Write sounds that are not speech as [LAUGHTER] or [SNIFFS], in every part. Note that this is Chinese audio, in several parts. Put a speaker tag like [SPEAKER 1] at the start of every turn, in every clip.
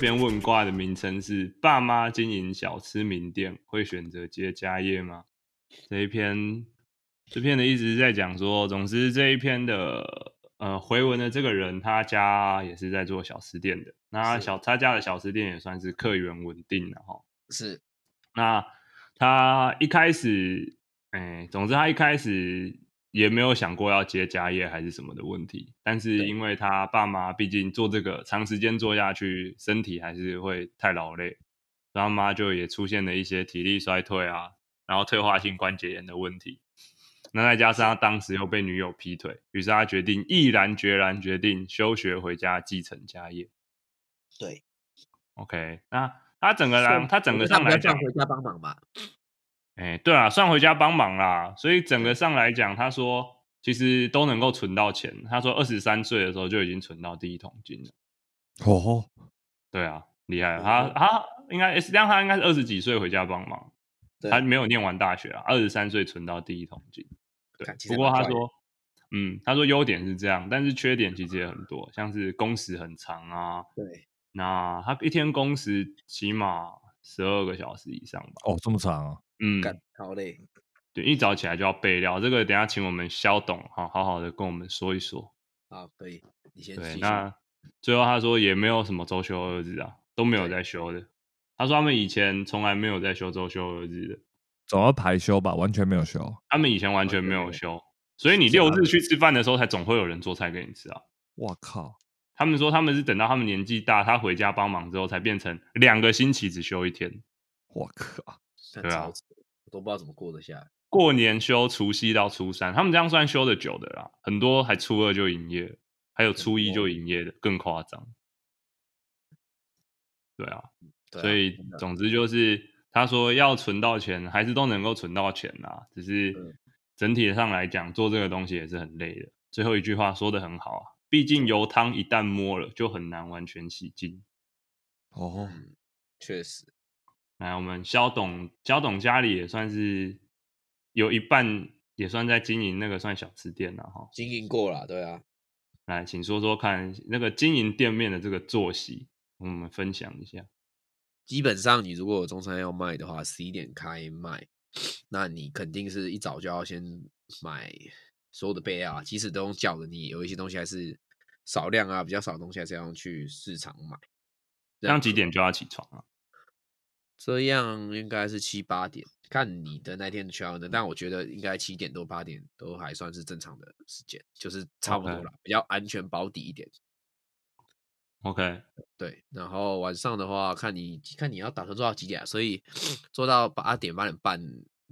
[SPEAKER 1] 边问卦的名称是“爸妈经营小吃名店会选择接家业吗？”这一篇，这篇的一直在讲说，总之这一篇的呃回文的这个人，他家也是在做小吃店的，那
[SPEAKER 2] 是
[SPEAKER 1] 小他家的小吃店也算是客源稳定了哈。
[SPEAKER 2] 是
[SPEAKER 1] 那他一开始，哎，总之他一开始也没有想过要接家业还是什么的问题，但是
[SPEAKER 2] 对
[SPEAKER 1] 因为他爸妈毕竟做这个长时间做下去，身体还是会太劳累，然后妈就也出现了一些体力衰退啊，然后退化性关节炎的问题。那再加上他当时又被女友劈腿，于是他决定毅然决然决定休学回家继承家业。
[SPEAKER 2] 对。
[SPEAKER 1] OK，那他整个来，他整个上
[SPEAKER 2] 不
[SPEAKER 1] 来
[SPEAKER 2] 要
[SPEAKER 1] 讲
[SPEAKER 2] 放，回家帮忙吧。
[SPEAKER 1] 哎，对啊，算回家帮忙啦。所以整个上来讲，他说其实都能够存到钱。他说二十三岁的时候就已经存到第一桶金了。
[SPEAKER 3] 哦，
[SPEAKER 1] 对啊，厉害了。
[SPEAKER 2] 哦
[SPEAKER 1] 他他应该实际上他应该是二十几岁回家帮忙，
[SPEAKER 2] 对
[SPEAKER 1] 他没有念完大学啊，二十三岁存到第一桶金。对
[SPEAKER 2] 看其，实
[SPEAKER 1] 不过
[SPEAKER 2] 蛮
[SPEAKER 1] 他
[SPEAKER 2] 快的
[SPEAKER 1] 说，嗯，他说优点是这样，但是缺点其实也很多，像是工时很长啊，
[SPEAKER 2] 对，
[SPEAKER 1] 那他一天工时起码十二个小时以上吧。
[SPEAKER 3] 哦，这么长啊！
[SPEAKER 1] 嗯，
[SPEAKER 2] 干好累。
[SPEAKER 1] 对，一早起来就要备料，这个等一下请我们肖董好好好的跟我们说一说。
[SPEAKER 2] 好，啊可以，你先继
[SPEAKER 1] 对，
[SPEAKER 2] 续。
[SPEAKER 1] 那最后他说也没有什么周休二日啊，都没有
[SPEAKER 2] 对
[SPEAKER 1] 在休的。他说他们以前从来没有在休周休二日的，
[SPEAKER 3] 总要排休吧，完全没有休。
[SPEAKER 1] 他们以前完
[SPEAKER 2] 完
[SPEAKER 1] 全
[SPEAKER 2] 全
[SPEAKER 1] 没
[SPEAKER 2] 没
[SPEAKER 1] 有
[SPEAKER 2] 有
[SPEAKER 1] 休，所以你
[SPEAKER 3] 假
[SPEAKER 2] 啊
[SPEAKER 1] 六日
[SPEAKER 3] 的
[SPEAKER 1] 去吃饭的时候，才总会有人做菜给你吃啊。
[SPEAKER 3] 哇靠！
[SPEAKER 1] 他们说他们是等到他们年纪大，他回家帮忙之后，才变成两个星期只休一天，
[SPEAKER 3] 我靠！
[SPEAKER 2] 看
[SPEAKER 1] 对啊
[SPEAKER 2] 超扯我都不知道怎么过得下来。
[SPEAKER 1] 过年休除夕到初三，他们这样算休的久的啦，很多还初二就营业了，还有初一就营业的，更夸张。对啊，
[SPEAKER 2] 对啊
[SPEAKER 1] 所以
[SPEAKER 2] 真的
[SPEAKER 1] 总之就是他说要存到钱，还是都能够存到钱啦，只是
[SPEAKER 2] 嗯
[SPEAKER 1] 整体上来讲，做这个东西也是很累的。最后一句话说的很好啊，毕竟油汤一旦摸了，就很难完全洗净。
[SPEAKER 3] 哦，
[SPEAKER 2] 嗯确实，
[SPEAKER 1] 来，我们肖董，肖董家里也算是有一半也算在经营那个算小吃店了哈。
[SPEAKER 2] 经营过了，对啊，
[SPEAKER 1] 来，请说说看那个经营店面的这个作息，我们分享一下。
[SPEAKER 2] 基本上你如果有中餐要卖的话，十一点开卖，那你肯定是一早就要先买所有的备料啊，即使都用叫的，你有一些东西还是少量啊，比较少的东西还是要去市场买。
[SPEAKER 1] 这样几点就要起床啊？
[SPEAKER 2] 这样应该是七八点，看你的那天需要的，但我觉得应该七点多八点都还算是正常的时间，就是差不多
[SPEAKER 1] OK
[SPEAKER 2] 了比较安全保底一点。
[SPEAKER 1] OK，
[SPEAKER 2] 对，然后晚上的话，看你看你要打算做到几点啊、所以 [SNIFFS] 做到八点八点半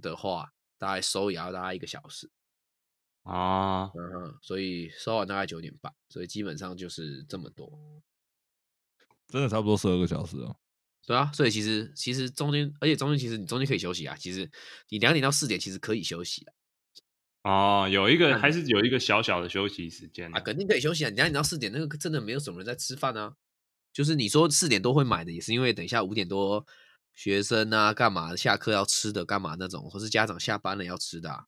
[SPEAKER 2] 的话，大概收也要大概一个小时，
[SPEAKER 1] 啊，
[SPEAKER 2] 嗯哼，所以收完大概九点半，所以基本上就是这么多。
[SPEAKER 3] 真的差不多十二个小时哦。
[SPEAKER 2] 对啊，所以其实其实中间，而且中间其实你中间可以休息啊，其实你两点到四点其实可以休息啊，
[SPEAKER 1] 哦，有一个
[SPEAKER 2] 看
[SPEAKER 1] 还是有一个小小的休息时间
[SPEAKER 2] 啊
[SPEAKER 1] 啊
[SPEAKER 2] 肯定可以休息啊。你两点到四点那个真的没有什么人在吃饭啊，就是你说四点多会买的，也是因为等一下五点多学生啊干嘛下课要吃的干嘛那种，或是家长下班了要吃的、啊。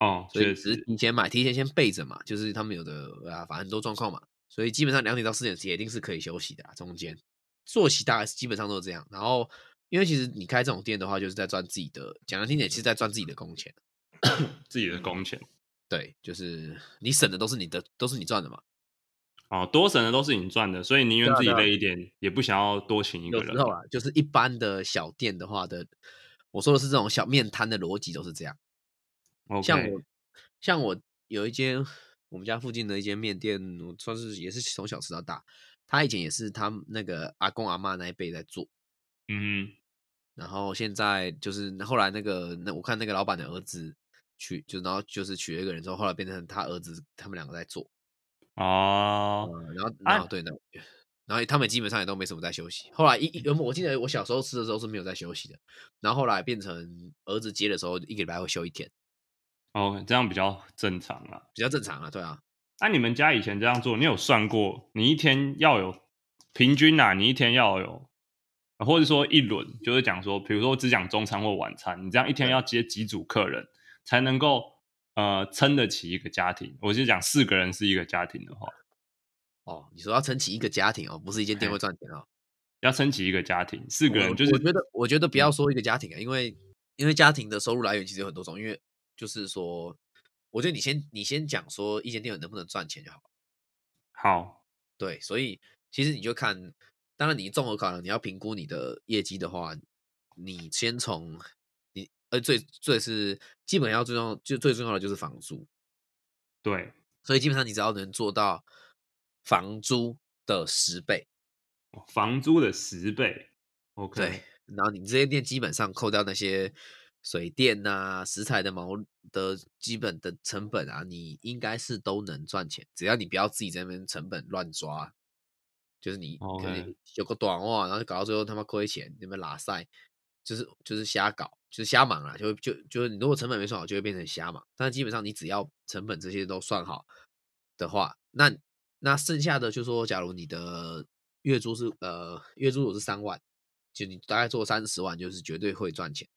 [SPEAKER 1] 哦，
[SPEAKER 2] 所以
[SPEAKER 1] 确
[SPEAKER 2] 只是
[SPEAKER 1] 实，
[SPEAKER 2] 提前买，提前先备着嘛，就是他们有的啊，反正很多状况嘛，所以基本上两点到四点也一定是可以休息的啦，中间作息大概是基本上都是这样。然后，因为其实你开这种店的话，就是在赚自己的，讲难听点，是在赚自己的工钱。
[SPEAKER 1] 自己的工钱
[SPEAKER 2] 对，就是你省的都是你的，都是你赚的嘛。
[SPEAKER 1] 哦，多省的都是你赚的，所以宁愿
[SPEAKER 2] 对啊
[SPEAKER 1] 自己
[SPEAKER 2] 对啊
[SPEAKER 1] 累一点，也不想要多请一个
[SPEAKER 2] 有
[SPEAKER 1] 人
[SPEAKER 2] 时。候啊，就是一般的小店的话的，我说的是这种小面摊的逻辑都是这样。啊像
[SPEAKER 1] OK，
[SPEAKER 2] 我，像我有一间我们家附近的一间面店，我算是也是从小吃到大。他以前也是他们那个阿公阿妈那一辈在做，
[SPEAKER 1] 嗯
[SPEAKER 2] 然后现在就是后来那个那我看那个老板的儿子娶，就然后就是娶了一个人之后，后来变成他儿子他们两个在做，
[SPEAKER 1] 哼，哦，
[SPEAKER 2] 嗯然后
[SPEAKER 1] 啊
[SPEAKER 2] 然后对的，然后他们基本上也都没什么在休息。后来一一原本我记得我小时候吃的时候是没有在休息的，然后后来变成儿子接的时候一个礼拜会休一天，
[SPEAKER 1] 哦，这样比较正常啦。
[SPEAKER 2] 比较正常啊，对啊，
[SPEAKER 1] 那你们家以前这样做，你有算过，你一天要有平均啊，你一天要有，呃或者说一轮，就是讲说，比如说我只讲中餐或晚餐，你这样一天
[SPEAKER 2] 对
[SPEAKER 1] 要接几组客人，才能够呃撑得起一个家庭。我是讲四个人是一个家庭的话，
[SPEAKER 2] 哦，你说要撑起一个家庭哦，不是一间店
[SPEAKER 1] 嘿
[SPEAKER 2] 会赚钱哦。
[SPEAKER 1] 要撑起一个家庭，四个
[SPEAKER 2] 我
[SPEAKER 1] 人就是嗯
[SPEAKER 2] 我觉得，我觉得不要说一个家庭啊，因为因为家庭的收入来源其实有很多种，因为就是说，我觉得你先你先讲说一间店能不能赚钱就好了。
[SPEAKER 1] 好，
[SPEAKER 2] 对，所以其实你就看，当然你综合考量，你要评估你的业绩的话，你先从你呃最最是基本要最重要就最重要的就是房租，
[SPEAKER 1] 对，
[SPEAKER 2] 所以基本上你只要能做到房租的十倍，
[SPEAKER 1] 房租的十倍，OK，
[SPEAKER 2] 对，然后你这些店基本上扣掉那些水电呐、食材的毛的基本的成本啊，你应该是都能赚钱，只要你不要自己在那边成本乱抓，就是你可能
[SPEAKER 1] OK
[SPEAKER 2] 有个短袜，然后搞到最后他妈亏钱，你们拉塞，就是就是瞎搞，就是瞎忙啦，就会就就是你如果成本没算好，就会变成瞎忙。但基本上你只要成本这些都算好的话，那那剩下的就说，假如你的月租是呃月租如果是三万，就你大概做三十万，就是绝对会赚钱。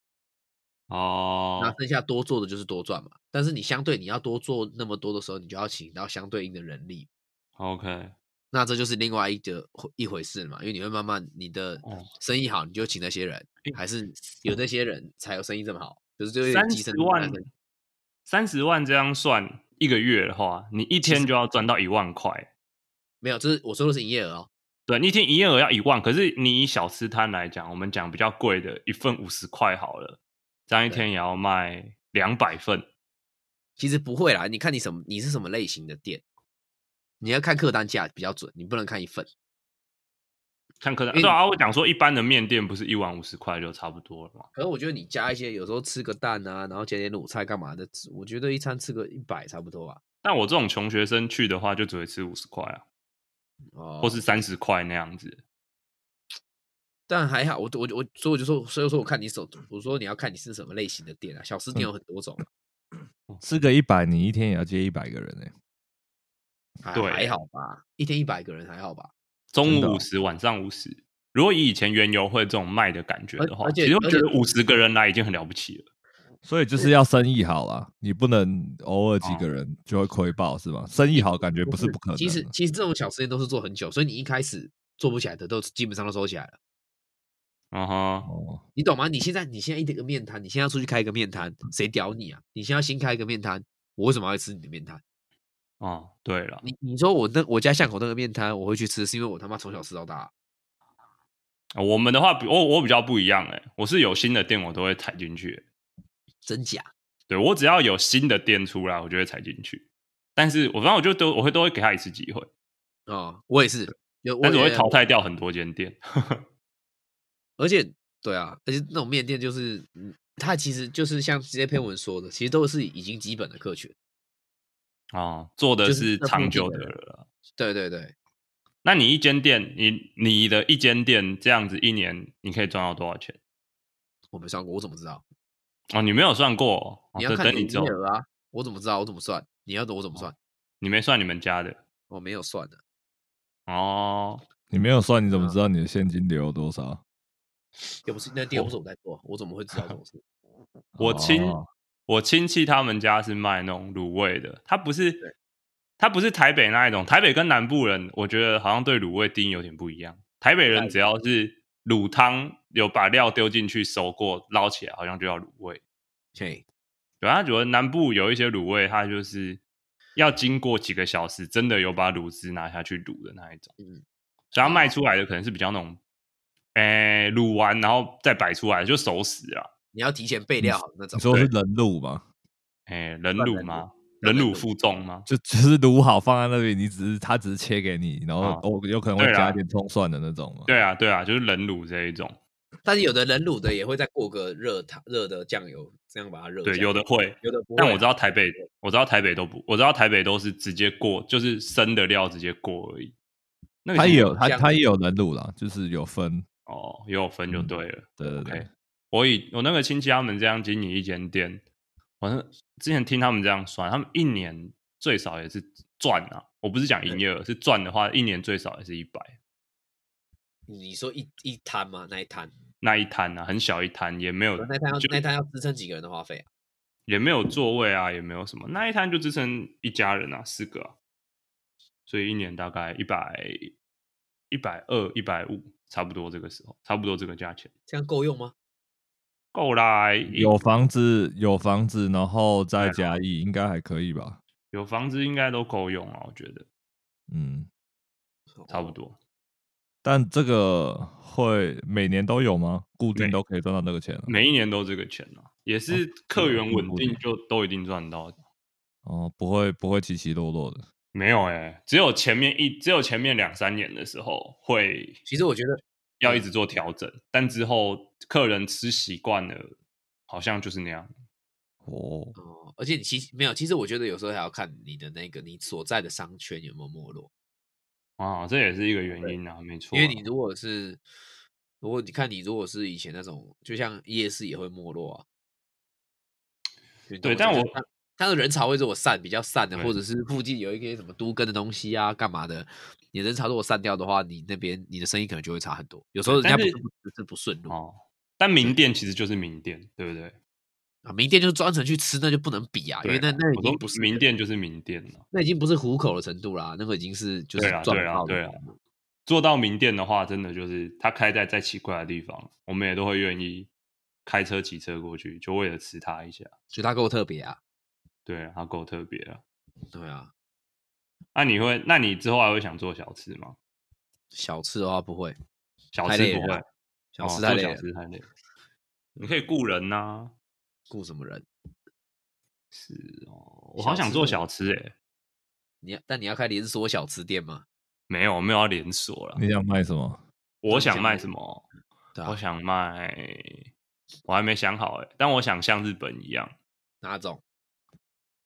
[SPEAKER 1] 哦
[SPEAKER 2] 那，剩下多做的就是多赚嘛。但是你相对你要多做那么多的时候，你就要请到相对应的人力，
[SPEAKER 1] OK，
[SPEAKER 2] 那这就是另外一个一回事嘛。因为你会慢慢你的
[SPEAKER 1] 哦
[SPEAKER 2] 生意好，你就请那些人，还是有那些人才有生意这么好，就是就有点
[SPEAKER 1] 三
[SPEAKER 2] 鸡
[SPEAKER 1] 十
[SPEAKER 2] 生
[SPEAKER 1] 万，三十万这样算一个月的话，你一天就要赚到一万块。
[SPEAKER 2] 没有，这是我说的是营业额哦。
[SPEAKER 1] 对，你一天营业额要一万，可是你以小吃摊来讲，我们讲比较贵的，一份五十块好了，这样一
[SPEAKER 2] 对
[SPEAKER 1] 天也要卖两百份。
[SPEAKER 2] 其实不会啦，你看你什么，你是什么类型的店，你要看客单价比较准，你不能看一份。
[SPEAKER 1] 看可能
[SPEAKER 2] 因为
[SPEAKER 1] 对啊，我讲说一般的面店不是一碗五十块就差不多了嘛？
[SPEAKER 2] 可是我觉得你加一些，有时候吃个蛋啊，然后加点卤菜干嘛的，我觉得一餐吃个一百差不多吧。
[SPEAKER 1] 但我这种穷学生去的话，就只会吃五十块啊，
[SPEAKER 2] 哦，
[SPEAKER 1] 或是三十块那样子。
[SPEAKER 2] 但还好，我我我，所以我就说，所以我说我看你手，我说你要看你是什么类型的店啊，小
[SPEAKER 1] 嗯
[SPEAKER 2] 吃店有很多种啊，
[SPEAKER 3] 吃个一百，你一天也要接一百个人欸呢、
[SPEAKER 2] 还
[SPEAKER 1] 对
[SPEAKER 2] 哎还好吧，一天一百个人还好吧，
[SPEAKER 1] 中
[SPEAKER 3] 真的
[SPEAKER 1] 午
[SPEAKER 3] 哦
[SPEAKER 1] 五十，晚上五十。如果以以前原油会这种卖的感觉
[SPEAKER 2] 而
[SPEAKER 1] 的话
[SPEAKER 2] 而，且
[SPEAKER 1] 其实我
[SPEAKER 2] 而
[SPEAKER 1] 觉
[SPEAKER 2] 且
[SPEAKER 1] 得五十个人来已经很了不起了。
[SPEAKER 3] 所以就是要生意好啦，你不能偶尔几个人就会亏爆是吗？生意好感觉不是不可能啊的。
[SPEAKER 2] 其实其实这种小吃店都是做很久，所以你一开始做不起来的都基本上都收起来了，
[SPEAKER 1] 嗯哼，
[SPEAKER 3] 哦，
[SPEAKER 2] 你懂吗？你现在你现在一个面摊，你现在要出去开一个面摊，谁屌你啊？你现在要新开一个面摊，我为什么要去吃你的面摊？
[SPEAKER 1] 哦，对了，
[SPEAKER 2] 你你说我那我家巷口那个面摊我会去吃，是因为我他妈从小吃到大啊、
[SPEAKER 1] 啊我们的话比我我比较不一样哎、我是有新的店我都会踩进去欸、
[SPEAKER 2] 真假？
[SPEAKER 1] 对我只要有新的店出来，我就会踩进去。但是我反正我就都我会都会给他一次机会，
[SPEAKER 2] 哦，我也是，有
[SPEAKER 1] 但是我会
[SPEAKER 2] 也
[SPEAKER 1] 淘汰掉很多间店。
[SPEAKER 2] 而且对啊，而且那种面店就是，嗯，它其实就是像这些篇文说的，其实都是已经基本的客群。
[SPEAKER 1] 哦，做的
[SPEAKER 2] 就是
[SPEAKER 1] 是
[SPEAKER 2] 那附
[SPEAKER 1] 长
[SPEAKER 2] 近
[SPEAKER 1] 久
[SPEAKER 2] 的
[SPEAKER 1] 的
[SPEAKER 2] 人
[SPEAKER 1] 了啦。
[SPEAKER 2] 对对对，
[SPEAKER 1] 那你一间店，你你的一间店这样子一年，你可以赚到多少钱？
[SPEAKER 2] 我没算过，我怎么知道？
[SPEAKER 1] 哦，你没有算过哦，哦
[SPEAKER 2] 你要
[SPEAKER 1] 这
[SPEAKER 2] 看
[SPEAKER 1] 等
[SPEAKER 2] 你
[SPEAKER 1] 你
[SPEAKER 2] 的
[SPEAKER 1] 之后哦
[SPEAKER 2] 营业，额啊，我怎么知道？我怎么算？你要的我怎么算？
[SPEAKER 1] 你没算你们家的
[SPEAKER 2] 我没有算的，
[SPEAKER 1] 哦。
[SPEAKER 3] 你没有算，你怎么
[SPEAKER 2] 嗯
[SPEAKER 3] 知道你的现金流有多少？
[SPEAKER 2] 又不是那店又不是
[SPEAKER 1] 哦
[SPEAKER 2] 我在做，我怎么会知道
[SPEAKER 1] [LAUGHS]
[SPEAKER 2] 这种事？
[SPEAKER 1] 我亲、
[SPEAKER 3] 哦
[SPEAKER 1] 我亲戚他们家是卖那种卤味的，他不是他不是台北那一种，台北跟南部人，我觉得好像对卤味定义有点不一样。台北人只要是卤汤有把料丢进去熟过捞起来，好像就叫卤味。
[SPEAKER 2] 嘿，
[SPEAKER 1] 对，啊他觉得南部有一些卤味，它就是要经过几个小时，真的有把卤汁拿下去卤的那一种。
[SPEAKER 2] 嗯
[SPEAKER 1] 所以它卖出来的可能是比较那种，诶、卤完然后再摆出来就熟食啊，
[SPEAKER 2] 你要提前备料好的那种
[SPEAKER 3] 你。说是人卤吗？
[SPEAKER 1] 诶、人
[SPEAKER 2] 算
[SPEAKER 1] 卤
[SPEAKER 2] 人
[SPEAKER 1] 哎吗？
[SPEAKER 2] 算
[SPEAKER 1] 人
[SPEAKER 2] 人
[SPEAKER 1] 卤
[SPEAKER 2] 卤
[SPEAKER 1] 负重吗？
[SPEAKER 3] 就 [LAUGHS] 只是卤好放在那里，你只是他只是切给你，然后
[SPEAKER 1] 啊
[SPEAKER 3] 我、哦有可能会
[SPEAKER 1] 对啦
[SPEAKER 3] 加一点葱蒜的那种嘛。
[SPEAKER 1] 对啊，对啊，就是人卤这一种。
[SPEAKER 2] 但是有的人卤的也会再过个热汤、热的酱油，这样把它热
[SPEAKER 1] 对，
[SPEAKER 2] 酱
[SPEAKER 1] 有的会，
[SPEAKER 2] 有的不会啊。
[SPEAKER 1] 但我知道台北，我知道台北都不，我知道台北都是直接过，就是生的料直接过而已。那个
[SPEAKER 3] 他
[SPEAKER 1] 其
[SPEAKER 3] 也
[SPEAKER 1] 实
[SPEAKER 3] 有他
[SPEAKER 2] 这样
[SPEAKER 3] 他也有人卤啦，就是有分。
[SPEAKER 1] 哦，也有分就
[SPEAKER 3] 嗯
[SPEAKER 1] 对了。
[SPEAKER 3] 对对
[SPEAKER 1] OK
[SPEAKER 3] 对，
[SPEAKER 1] 我以我那个亲戚他们这样经营一间店，我那之前听他们这样算，他们一年最少也是赚啊。我不是讲营业额，是赚的话，一年最少也是一百
[SPEAKER 2] 你说一一摊吗？那一摊，
[SPEAKER 1] 那一摊啊，很小一摊，也没有
[SPEAKER 2] 那一摊要
[SPEAKER 1] 就
[SPEAKER 2] 那一摊要支撑几个人的花费啊？
[SPEAKER 1] 也没有座位啊，也没有什么，那一摊就支撑一家人啊，四个啊、所以一年大概一百一百二一百五差不多这个时候，差不多这个价钱
[SPEAKER 2] 这样够用吗？
[SPEAKER 1] 够啦。一
[SPEAKER 3] 有房子，有房子，然后再加一，应该还可以吧？
[SPEAKER 1] 有房子应该都够用啊，我觉得
[SPEAKER 3] 嗯，
[SPEAKER 2] 哦
[SPEAKER 1] 差不多。
[SPEAKER 3] 但这个会每年都有吗？固定
[SPEAKER 1] 每
[SPEAKER 3] 都可以赚到那个钱啊
[SPEAKER 1] 每一年都这个钱啊，也是客源稳定就都一定赚到的。
[SPEAKER 3] 哦，不会不会起起落落的。
[SPEAKER 1] 没有哎、只有前面一只有前面两三年的时候会
[SPEAKER 2] 其实我觉得
[SPEAKER 1] 要一直做调整，但之后客人吃习惯了，好像就是那样。
[SPEAKER 3] 哦，
[SPEAKER 2] 哦，而且你其实没有，其实我觉得有时候还要看你的那个你所在的商圈有没有没落，
[SPEAKER 1] 啊，这也是一个原因啊，没错
[SPEAKER 2] 因
[SPEAKER 1] 啊。
[SPEAKER 2] 为你如果是如果你看你如果是以前那种，就像夜市也会没落啊。你懂
[SPEAKER 1] 对
[SPEAKER 2] 意思吗
[SPEAKER 1] 但
[SPEAKER 2] 就
[SPEAKER 1] 我
[SPEAKER 2] 是它它的人潮会如果散比较散的，
[SPEAKER 1] 对
[SPEAKER 2] 或者是附近有一些什么都根的东西啊，干嘛的，你人潮如果散掉的话，你那边你的生意可能就会差很多。有时候人
[SPEAKER 1] 对
[SPEAKER 2] 家不
[SPEAKER 1] 但
[SPEAKER 2] 是
[SPEAKER 1] 是
[SPEAKER 2] 不只是不顺路
[SPEAKER 1] 哦，但名店其实就是名店，对不对？
[SPEAKER 2] 啊，名店就是专程去吃，那就不能比啊，因
[SPEAKER 1] 对
[SPEAKER 2] 为那
[SPEAKER 1] 啊，
[SPEAKER 2] 那已
[SPEAKER 1] 我
[SPEAKER 2] 经
[SPEAKER 1] 说
[SPEAKER 2] 不是
[SPEAKER 1] 名店就是名店了。
[SPEAKER 2] 那已经不是糊口的程度啦，那个已经是就是
[SPEAKER 1] 对啊，
[SPEAKER 2] 赚
[SPEAKER 1] 对
[SPEAKER 2] 不
[SPEAKER 1] 啊
[SPEAKER 2] 到，的
[SPEAKER 1] 对啊
[SPEAKER 2] 程度。
[SPEAKER 1] 做到名店的话，真的就是它开在再奇怪的地方，我们也都会愿意开车、骑车过去，就为了吃它一下。
[SPEAKER 2] 所以它够特别啊，
[SPEAKER 1] 对，它够特别了。
[SPEAKER 2] 对啊，
[SPEAKER 1] 那、你会，那你之后还会想做小吃吗？
[SPEAKER 2] 小吃的话不会，
[SPEAKER 1] 小
[SPEAKER 2] 太
[SPEAKER 1] 吃
[SPEAKER 2] 累
[SPEAKER 1] 不
[SPEAKER 2] 了
[SPEAKER 1] 会
[SPEAKER 2] 啊，小
[SPEAKER 1] 哦
[SPEAKER 2] 吃
[SPEAKER 1] 做
[SPEAKER 2] 太累
[SPEAKER 1] 小
[SPEAKER 2] 了，
[SPEAKER 1] 吃太累了。 [LAUGHS] 你可以雇人呐、
[SPEAKER 2] 雇什么人？
[SPEAKER 1] 是哦，我好想做小吃欸诶、
[SPEAKER 2] 你要但你要开连锁小吃店吗？
[SPEAKER 1] 没有，没有要连锁了。
[SPEAKER 3] 哦你想卖什么？
[SPEAKER 1] 我想卖什么？
[SPEAKER 2] 对
[SPEAKER 1] 我
[SPEAKER 2] 啊，
[SPEAKER 1] 想卖，我还没想好哎、但我想像日本一样，
[SPEAKER 2] 哪种？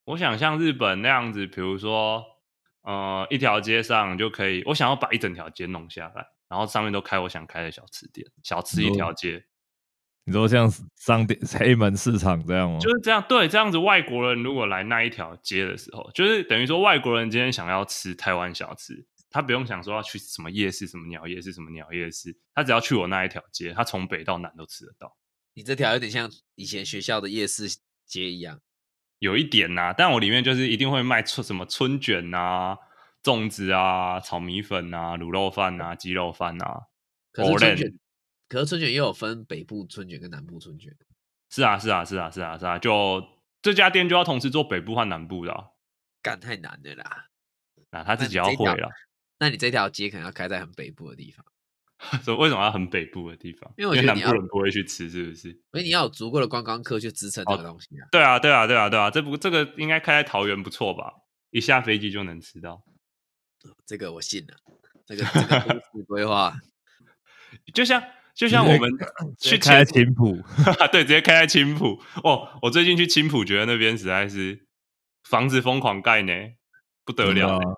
[SPEAKER 1] 我想像日本那样子，比如说，呃，一条街上就可以，我想要把一整条街弄下来，然后上面都开我想开的小吃店，小吃
[SPEAKER 2] 哦
[SPEAKER 1] 一条街，
[SPEAKER 3] 你说像商店黑门市场这样
[SPEAKER 2] 哦
[SPEAKER 3] 吗？
[SPEAKER 1] 就是这样。对，这样子外国人如果来那一条街的时候，就是等于说外国人今天想要吃台湾小吃，他不用想说要去什么夜市、什么鸟夜市、什么鸟夜市，他只要去我那一条街，他从北到南都吃得到。
[SPEAKER 2] 你这条有点像以前学校的夜市街一样，
[SPEAKER 1] 有一点呐、但我里面就是一定会卖春什么春卷啊、粽子啊、炒米粉啊、卤肉饭啊、鸡肉饭啊。
[SPEAKER 2] 可是春
[SPEAKER 1] Orange
[SPEAKER 2] 卷，可是春卷也有分北部春卷跟南部春卷，
[SPEAKER 1] 是啊，是啊，是啊，是啊，是啊，就这家店就要同时做北部和南部的啊、
[SPEAKER 2] 干太难了啦。
[SPEAKER 1] 那、他自己要
[SPEAKER 2] 那你这
[SPEAKER 1] 会
[SPEAKER 2] 一条
[SPEAKER 1] 了。
[SPEAKER 2] 那你这条街可能要开在很北部的地方，
[SPEAKER 1] 所以为什么要很北部的地方？
[SPEAKER 2] 因为我觉得
[SPEAKER 1] 南
[SPEAKER 2] 你
[SPEAKER 1] 部
[SPEAKER 2] 要
[SPEAKER 1] 人不会去吃，是不是？
[SPEAKER 2] 所以你要有足够的观光客去支撑这个东西啊。
[SPEAKER 1] 对啊，对啊，对啊，对啊，这不这个应该开在桃园不错吧？一下飞机就能吃到。
[SPEAKER 2] 这个我信了，这
[SPEAKER 1] [LAUGHS]
[SPEAKER 2] 个这个都市规划
[SPEAKER 1] 就像就像我们去
[SPEAKER 3] 开
[SPEAKER 1] 前
[SPEAKER 3] 琴谱，
[SPEAKER 1] [LAUGHS] 对，直接开在青浦。哦，我最近去青浦，觉得那边实在是房子疯狂盖呢，不得
[SPEAKER 3] 真的
[SPEAKER 1] 了欸
[SPEAKER 3] 啊
[SPEAKER 1] 呢，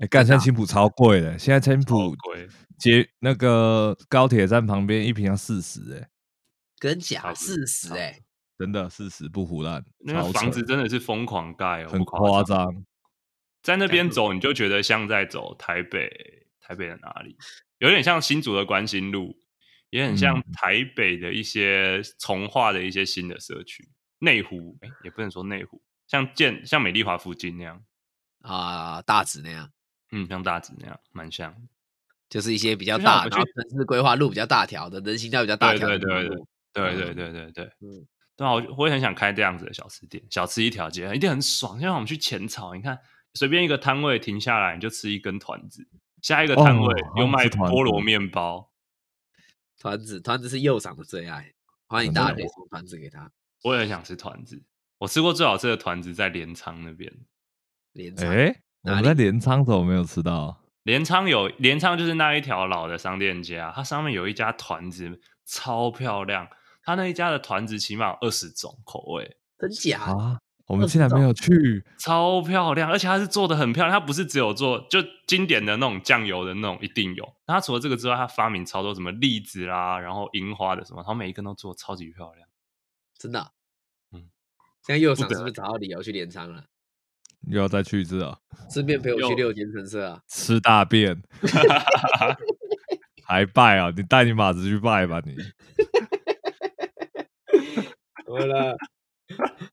[SPEAKER 3] 哎，干现在青浦超贵的，现在青
[SPEAKER 1] 好
[SPEAKER 3] 浦
[SPEAKER 1] 贵，
[SPEAKER 3] 捷那个高铁站旁边一瓶要四十，哎，
[SPEAKER 2] 跟
[SPEAKER 1] 差
[SPEAKER 2] 假
[SPEAKER 1] 不多
[SPEAKER 2] 事实
[SPEAKER 1] 差不多
[SPEAKER 2] 哎，
[SPEAKER 3] 真的四十不胡乱，
[SPEAKER 1] 那个
[SPEAKER 3] 超
[SPEAKER 1] 房
[SPEAKER 3] 扯
[SPEAKER 1] 子真的是疯狂盖哦，
[SPEAKER 3] 很
[SPEAKER 1] 不
[SPEAKER 3] 夸
[SPEAKER 1] 夸。
[SPEAKER 3] 张。
[SPEAKER 1] 在那边走，你就觉得像在走台北，台北的哪里？有点像新竹的关心路，也很像
[SPEAKER 3] 嗯
[SPEAKER 1] 台北的一些从化的一些新的社区，内湖，哎，也不能说内湖，像建像美丽华附近那样，
[SPEAKER 2] 啊、大致那样，
[SPEAKER 1] 嗯，像大直那样，蛮像。
[SPEAKER 2] 就是一些比较
[SPEAKER 1] 就像
[SPEAKER 2] 大，
[SPEAKER 1] 我们
[SPEAKER 2] 然后
[SPEAKER 1] 去
[SPEAKER 2] 城市规划路比较大条的，人行道比较大
[SPEAKER 1] 对
[SPEAKER 2] 条的
[SPEAKER 1] 对
[SPEAKER 2] 路。
[SPEAKER 1] 对对对
[SPEAKER 2] 嗯
[SPEAKER 1] 对对对，
[SPEAKER 2] 嗯
[SPEAKER 1] 对啊，我就我也很想开这样子的小吃店，小吃一条街，一定很爽。就像我们去浅草，你看随便一个摊位停下来，你就吃一根团子，下一个摊位
[SPEAKER 3] 哦
[SPEAKER 1] 又卖
[SPEAKER 3] 是团子
[SPEAKER 1] 菠萝面包，
[SPEAKER 2] 团子团子是右长的最爱，欢迎
[SPEAKER 3] 真的
[SPEAKER 2] 大家可以
[SPEAKER 3] 我
[SPEAKER 2] 送团子给他。
[SPEAKER 1] 我也很想吃团子。我吃过最好吃的团子在镰仓那边，
[SPEAKER 2] 连长、
[SPEAKER 3] 哎，我
[SPEAKER 2] 哪
[SPEAKER 3] 们
[SPEAKER 2] 里
[SPEAKER 3] 在镰仓怎么没有吃到啊？
[SPEAKER 1] 镰仓有镰仓就是那一条老的商店街啊，它上面有一家团子超漂亮，它那一家的团子起码有二十种口味，
[SPEAKER 2] 真假？
[SPEAKER 3] 啊，我们竟然没有去，
[SPEAKER 1] 超漂亮，而且它是做的很漂亮，它不是只有做就经典的那种酱油的那种一定有，那它除了这个之外，它发明超多什么栗子啦，然后樱花的什么，它每一个都做得超级漂亮。
[SPEAKER 2] 真的、嗯
[SPEAKER 1] 嗯，
[SPEAKER 2] 现在右长
[SPEAKER 1] 不
[SPEAKER 2] 是
[SPEAKER 1] 得
[SPEAKER 2] 不是找到理由去镰仓了？
[SPEAKER 3] 又要再去一次啊！
[SPEAKER 2] 顺便陪我去
[SPEAKER 1] 嗯又
[SPEAKER 2] 六间神社啊！
[SPEAKER 3] 吃大便， [LAUGHS] 还拜啊！你带你马子去拜吧你！
[SPEAKER 2] 怎么了？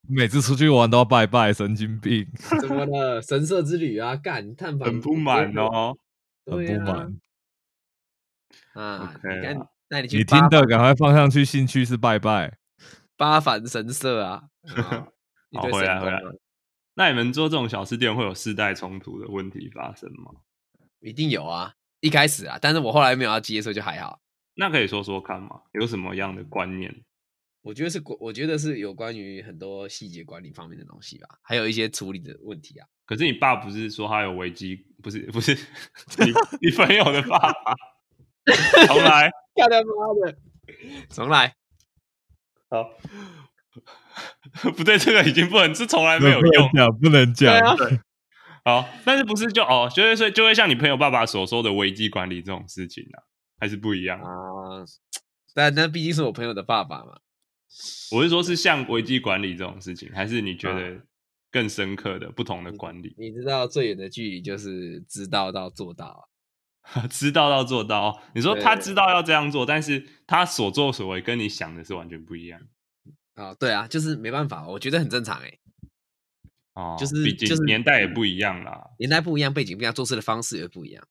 [SPEAKER 3] 每次出去玩都要拜拜，神经病，
[SPEAKER 2] 怎么了？神社之旅啊，干探访
[SPEAKER 1] 哦很不满，哦，
[SPEAKER 2] 对
[SPEAKER 3] 很不
[SPEAKER 2] 啊
[SPEAKER 3] 满。
[SPEAKER 2] 啊，
[SPEAKER 1] OK
[SPEAKER 2] 你看，那你去
[SPEAKER 3] 你
[SPEAKER 2] 八
[SPEAKER 3] 听的赶快放上去，兴趣是拜拜。
[SPEAKER 2] 八反神社
[SPEAKER 1] [LAUGHS]
[SPEAKER 2] 啊，啊一
[SPEAKER 1] 好
[SPEAKER 2] 堆
[SPEAKER 1] 回
[SPEAKER 2] 神
[SPEAKER 1] 来回
[SPEAKER 2] 功
[SPEAKER 1] 来
[SPEAKER 2] 啊
[SPEAKER 1] 那你们做这种小吃店会有世代冲突的问题发生吗？
[SPEAKER 2] 一定有啊，一开始啊，但是我后来没有要接，所以就还好。
[SPEAKER 1] 那可以说说看吗？有什么样的观念？
[SPEAKER 2] 我觉得是，我觉得是有关于很多细节管理方面的东西吧，还有一些处理的问题啊。
[SPEAKER 1] 可是你爸不是说他有危机？不是不是，你你朋友的爸爸， [LAUGHS] 重来。 [LAUGHS]
[SPEAKER 2] 漂亮妈的，重来，
[SPEAKER 1] 好，不对，这个已经不能，这从来没有
[SPEAKER 3] 不能
[SPEAKER 1] 用。
[SPEAKER 3] 讲，不能
[SPEAKER 2] 对啊
[SPEAKER 3] 讲。
[SPEAKER 1] 好，但是不是就哦，就会说就会像你朋友爸爸所说的危机管理这种事情啊，还是不一样。
[SPEAKER 2] 啊，但那毕竟是我朋友的爸爸嘛，
[SPEAKER 1] 我是说，是像危机管理这种事情，还是你觉
[SPEAKER 2] 啊
[SPEAKER 1] 得更深刻的不同的管理？ [LAUGHS]
[SPEAKER 2] 你知道最远的距离就是知道到做到啊、
[SPEAKER 1] 知道到做到哦。你说
[SPEAKER 2] 对
[SPEAKER 1] 他知道要这样做，但是他所作所为跟你想的是完全不一样。
[SPEAKER 2] 啊，对啊，就是没办法，我觉得很正常哎、
[SPEAKER 1] 哦，
[SPEAKER 2] 就是
[SPEAKER 1] 毕竟
[SPEAKER 2] 就是嗯
[SPEAKER 1] 年代也不一样啦。
[SPEAKER 2] 年代不一样，背景不一样，做事的方式也不一样。